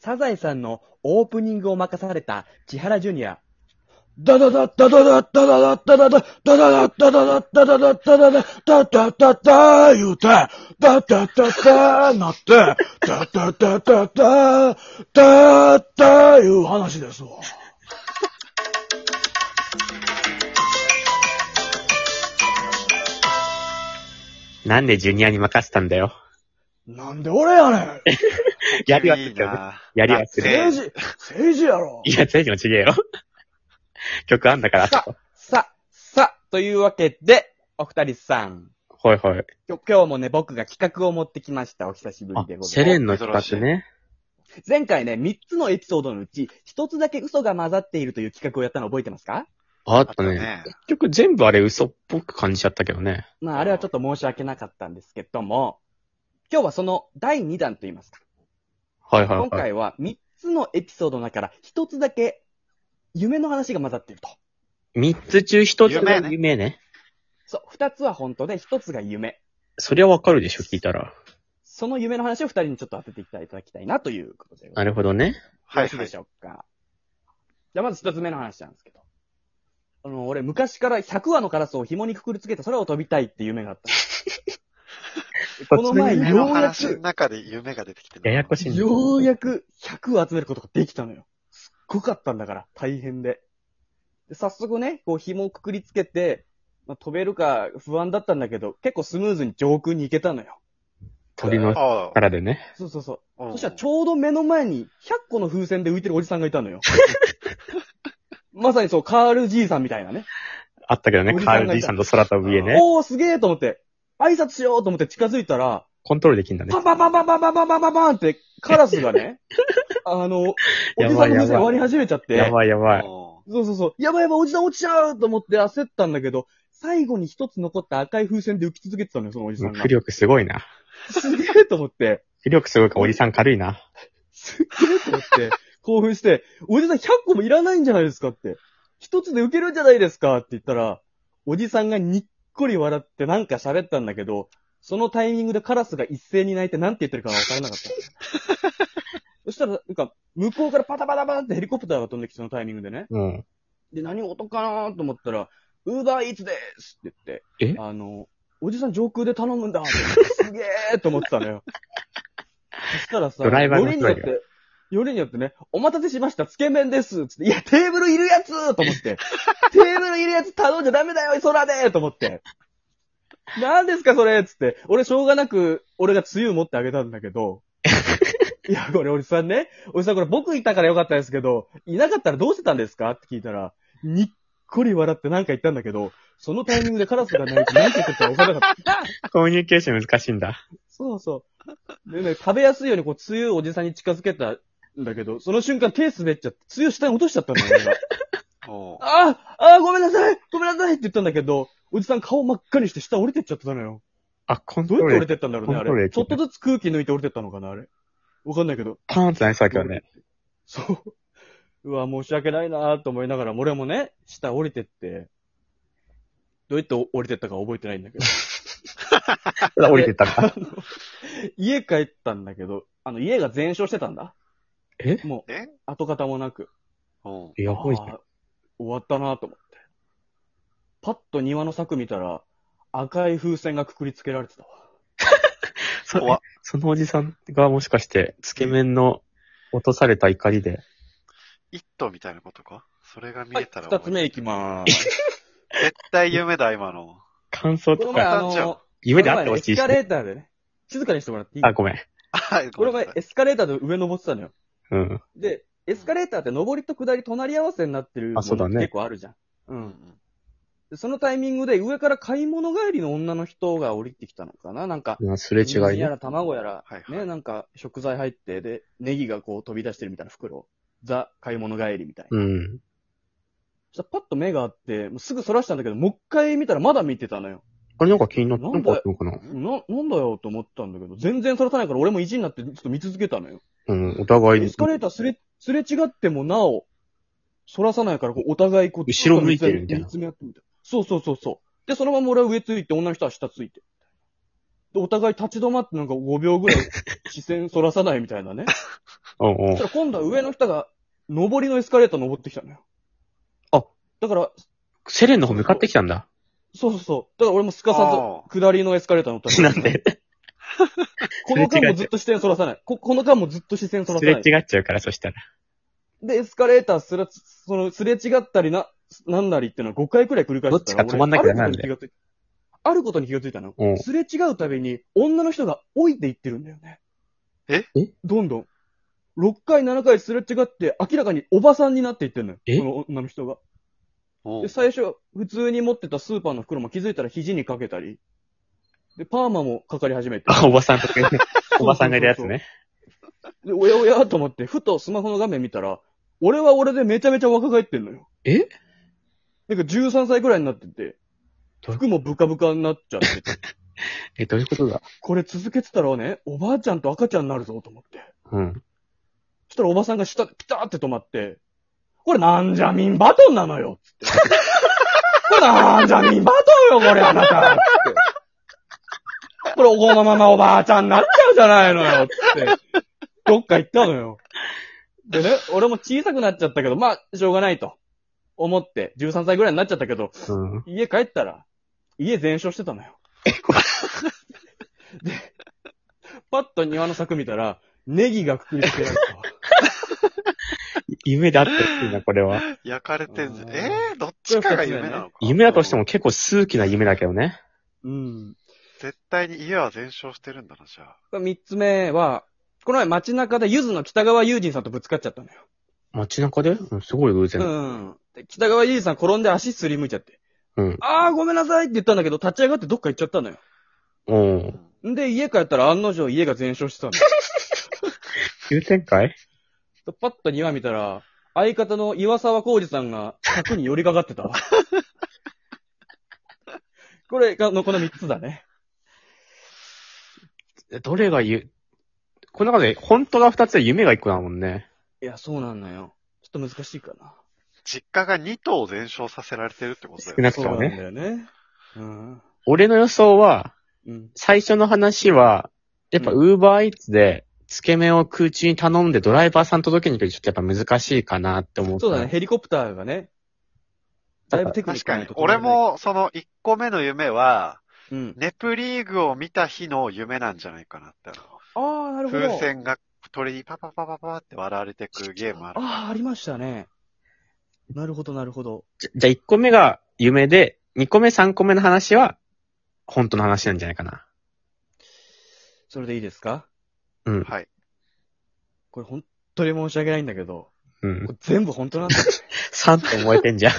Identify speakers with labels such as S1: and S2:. S1: サザエさんのオープニングを任された千原ジュニア。ダダダダダダダダダダダダダダダダダダダダダダダダダダダ言うて、ダダダダなって、ダダダダダダダいう話ですわ。
S2: なんでジュニアに任せたんだよ。
S1: なんで俺やねん。
S2: やり忘れ
S3: いい
S2: たよね。
S3: な
S2: やり忘れた。
S1: 政治、政治やろ
S2: い。や、大丈夫、ちげえよ。 曲あんだから、あそこ。
S1: さ、さ、というわけで、お二人さん。
S2: ほいほい。
S1: きょ今日もね、僕が企画を持ってきました。お久しぶり
S2: あ
S1: でご、ざ
S2: セ
S1: いま
S2: レ
S1: す。
S2: ンの企画ね。
S1: 前回ね、3つのエピソードのうち、1つだけ嘘が混ざっているという企画をやったの覚えてますか
S2: あ
S3: あ
S2: ったね。。結局全部あれ嘘っぽく感じちゃったけどね。
S1: まあ、あれはちょっと申し訳なかったんですけども、今日はその第2弾と言いますか。
S2: はい
S1: 今
S2: はいはい。
S1: 回は3つのエピソードの中から1つだけ夢の話が混ざっていると。
S2: 三つ中一つが
S3: 夢
S2: 夢
S3: ね
S2: ね。
S1: そう、2つは本当で1つが夢。
S2: そりゃわかるでしょ、聞いたら。
S1: その夢の話を2人にちょっと当てていただきたいなということで。
S2: なるほどね。
S1: よ
S3: は
S1: ろ
S3: い、
S1: しい
S3: は
S1: で
S3: い
S1: し。ょうか。じゃあまず一つ目の話なんですけど。あの、俺昔から100羽のカラスを紐にくくりつけて空を飛びたいって夢があった。この前
S3: 夢
S1: よ
S3: の
S1: うや
S3: 話の
S1: く、
S3: 中で夢が出てきてる
S2: ややこしいんだ
S1: ようやく100羽集めることができたのよ。すっごかったんだから、大変で。で早速ね、こう紐をくくりつけて、まあ、飛べるか不安だったんだけど、結構スムーズに上空に行けたのよ。
S2: 鳥の
S3: あ
S2: からでね。
S1: そうそうそう。
S3: あ。
S1: そしたらちょうど目の前に100個の風船で浮いてるおじさんがいたのよ。 まさにそう、カールじいさんみたいなね。
S2: あったけどね、
S1: おじ
S2: カ
S1: さんがいた
S2: ール D さんと空飛ぶ家ね。
S1: おー、すげーと思って、挨拶しようと思って近づいたら、
S2: コントロールできんだね
S1: パ。ンパンパンパンパンパンパンパンパンってカラスが ね、あの、おじさんの風船割り始めちゃって、
S2: やばいやばい。
S3: お
S1: そうそうそう。やばいやばい、おじさん落ちちゃうと思って焦ったんだけど、最後に一つ残った赤い風船で浮き続けてたのよ、そのおじさんが
S2: 浮。力すごいな。
S1: すげえと思って、
S2: 浮力すごいからおじさん軽いな。
S1: すっげえと思って、興奮して、おじさん100個もいらないんじゃないですかって。一つで受けるんじゃないですかって言ったら、おじさんがにっこり笑ってなんか喋ったんだけど、そのタイミングでカラスが一斉に泣いてなんて言ってるかわからなかった。そしたら、なんか、向こうからパタパタパタってヘリコプターが飛んできて、そのタイミングでね。
S2: うん。
S1: で、何事かなと思ったら、ウーバーイーツですって言っ
S2: え
S1: て、あの、おじさん上空で頼むんだって思ってすげえと思ってたの よ。そしたらさ、
S2: ドライバー
S1: よ
S2: の
S1: りに
S2: 人
S1: よ
S2: が
S1: って、よりによってね、お待たせしました、つけ麺ですつって、いや、テーブルいるやつと思 って、テーブルいるやつ頼んじゃダメだよ、空でと思って。何ですか、それつって。俺、しょうがなく、俺がつゆ持ってあげたんだけ ど。いや、これ、おじさんね。おじさん、これ僕いたからよかったですけど、いなかったらどうしてたんですかって聞いたら、にっこり笑ってなんか言ったんだけど、そのタイミングでカラスが泣いて何て言ってたか分からなかった。
S2: コミュニケーション難しいんだ。
S1: そうそう。でね、食べやすいようにこう、つゆをおじさんに近づけたんだけど、その瞬間手滑っちゃって、つゆ下に落としちゃったんだよ、俺が。
S3: お
S1: ああ、あーごめんなさいごめんなさいって言ったんだけど、おじさん顔真っ赤にして下降りてっちゃってたのよ。
S2: あ、コント
S1: どうやっ
S2: ロー
S1: て降り
S2: ルで
S1: てったんだろうね、あ
S2: コントロール
S1: れ。
S2: で
S1: ちょっとずつ空気抜いて降りてったのかな、あれ。わかんないけど。
S2: パーンってなりそうだけどね。
S1: そう。うわ、申し訳ないなーと思いながら、俺もね、下降りてって、どうやって降りてったか覚えてないんだけど。
S2: ほら降りてったんだ。
S1: あの家帰ったんだけど、あの、家が全焼してたんだ。
S2: え
S1: もう
S3: え、
S1: 跡形もなく。
S3: お
S2: やばいじ
S1: あ
S2: ゃん。
S1: ー終わったなと思って。パッと庭の柵見たら、赤い風船がくくりつけられてたわ。
S2: そ
S3: 怖っ
S2: そのおじさんがもしかして、つけ麺の落とされた怒りで、
S3: 一頭みたいなことかそれが見
S1: は
S3: え
S1: い、
S3: たら。
S1: 二つ目いきまーす。
S3: 絶対夢だ、今の。
S2: 感想
S1: ことの前
S2: か、
S1: あ
S3: 簡単じゃん
S1: の、
S2: 夢であってほし
S1: こ
S2: いし
S1: の前エスカレ
S2: ね。
S1: ーターでね、静かにしてもらっていい
S2: あ、ごめん。
S3: あ、
S1: こ
S3: ご
S1: の
S3: めん
S1: 前
S3: なさい。
S1: エスカレーターで上登ってたのよ。
S2: うん。
S1: で、エスカレーターって上りと下り隣り合わせになってるも
S2: あそうだ
S1: の
S2: ね
S1: 結構あるじゃん。う。
S3: うんん
S1: でそのタイミングで上から買い物帰りの女の人が降りてきたのかななんか、
S2: うんすれ違
S1: 人参
S2: い
S1: や
S2: ね。
S1: ら卵やら、
S3: はいはい
S1: ね、なんか食材入って、で、ネギがこう飛び出してるみたいな袋。ザ、買い物帰りみたいな。
S2: うん。
S1: そしたらパッと目があって、もうすぐそらしたんだけど、もう一回見たらまだ見てたのよ。
S2: あれなんか気になった。
S1: なんだ
S2: なんかあったのかな
S1: な、なんだよと思ったんだけど、全然そらさないから俺も意地になってちょっと見続けたのよ。
S2: うん。お互い
S1: エ
S2: に
S1: ス、カレーターすれ、すれ違ってもなお、そらさないから、こう、お互いこう、
S2: 後ろ向いてるみたいな
S1: 見つめ合ってみたいな。そうそうそうそう。で、そのまま俺は上ついて、女の人は下ついて。で、お互い立ち止まってなんか5秒ぐらい視線そらさないみたいなね。
S2: うんう
S1: そし
S2: ん
S1: た。ら今度は上の人が、上りのエスカレーター登ってきたのよ。
S2: あ。
S1: だから、
S2: セレンの方向かってきたんだ。
S1: そうそうそう。だから俺もすかさ
S3: あ
S1: ず、下りのエスカレーター乗ったの
S2: なんで、
S1: この間もずっと視線そらさない。こ、この間もずっと視線そら
S2: す
S1: さ
S2: れ
S1: ない。
S2: 違っちゃうから、そしたら。
S1: で、エスカレーターすら、その、すれ違ったりな、なんなりっていうのは5回くらい繰り返してたら
S2: どっちか止まんなきゃなんだ
S1: 俺あることに気がついあることに気がついたの。
S2: うん。
S1: すれ違うたびに、女の人が老いていってるんだよね。
S3: え
S2: え
S1: どんどん。6回、7回すれ違って、明らかにおばさんになっていってんのよ。
S2: え
S1: この女の人が。
S3: お
S1: で、
S3: う
S1: 最初、普通に持ってたスーパーの袋も気づいたら肘にかけたり。で、パーマもかかり始めて。
S2: あ、おばさんと かね、おばさんがいるやつね。
S1: で、おやおやと思って、ふとスマホの画面見たら、俺は俺でめちゃめちゃ若返ってんのよ。
S2: え
S1: なんか13歳くらいになってて、服もブカブカになっちゃってて、
S2: え、どういうことだ
S1: これ続けてたらね、おばあちゃんと赤ちゃんになるぞと思って。
S2: うん。
S1: そしたらおばさんが下でピターって止まって、これなんじゃミンバトンなのよっつって。これなんじゃミンバトンよ、これあなたっつって。これこのままおばあちゃんになっちゃうじゃないのよっつって。どっか行ったのよ。でね、俺も小さくなっちゃったけど、まあ、しょうがないと。思って、13歳ぐらいになっちゃったけど、
S2: うん。
S1: 家帰ったら、家全焼してたのよ。で、パッと庭の柵見たら、ネギがくくりつけられてたわ。
S2: 夢だっていいな、これは。
S3: 焼かれてんじゃ
S1: うん
S3: ん。えー、どっちかが夢なのか。
S2: 夢だとしても
S3: うん。
S2: 結構数奇な夢だけどね。
S1: うん。
S3: 絶対に家は全焼してるんだな、じゃあ。
S1: 三つ目は、この前街中でゆずの北川悠仁さんとぶつかっちゃったのよ。
S2: 街中でうんすごい偶然。
S1: うん。で北川悠仁さん転んで足すりむいちゃって。
S2: うん。
S1: あーごめんなさいって言ったんだけど、立ち上がってどっか行っちゃったのよ。
S2: うん。
S1: んで、家帰ったら案の定家が全焼してたの よ。
S2: 急展開
S1: でパッと庭見たら、相方の岩沢浩二さんが柵に寄りかかって たわ。これが、の、この三つだね。
S2: どれがゆ、この中で、本当が二つで夢が一個だもんね。
S1: いや、そうなんだよ。ちょっと難しいかな。
S3: 実家が2頭全焼させられてるってことだ
S2: 少
S3: よね。
S2: なく
S1: そ
S2: と
S1: うな
S2: も
S1: ん
S2: ね。
S1: だよね。うん。
S2: 俺の予想は、
S1: うん。
S2: 最初の話は、やっぱ
S1: う
S2: ウーバーイーツで、つけ麺を空中に頼んでドライバーさん届けに行くとちょっとやっぱ難しいかなって思う。
S1: そうだね、。ヘリコプターがね。だいぶテクニッ
S3: 確
S1: ク
S3: か
S1: な
S3: に
S1: と。ころ
S3: 俺も、その1個目の夢は、
S1: うん。
S3: ネプリーグを見た日の夢なんじゃないかなって。
S1: ああ、なるほど。
S3: 風船が鳥にパパパパパって割られてくゲームある。
S1: ああ、ありましたね。なるほど、なるほど。
S2: じゃ、じゃあ1個目が夢で、2個目、3個目の話は、本当の話なんじゃないかな。
S1: それでいいですか
S2: うん。
S3: はい。
S1: これ本当に申し訳ないんだけど、
S2: う
S1: こ
S2: ん。
S1: れ全部本当なんだよ。
S2: 3って思えてんじゃん。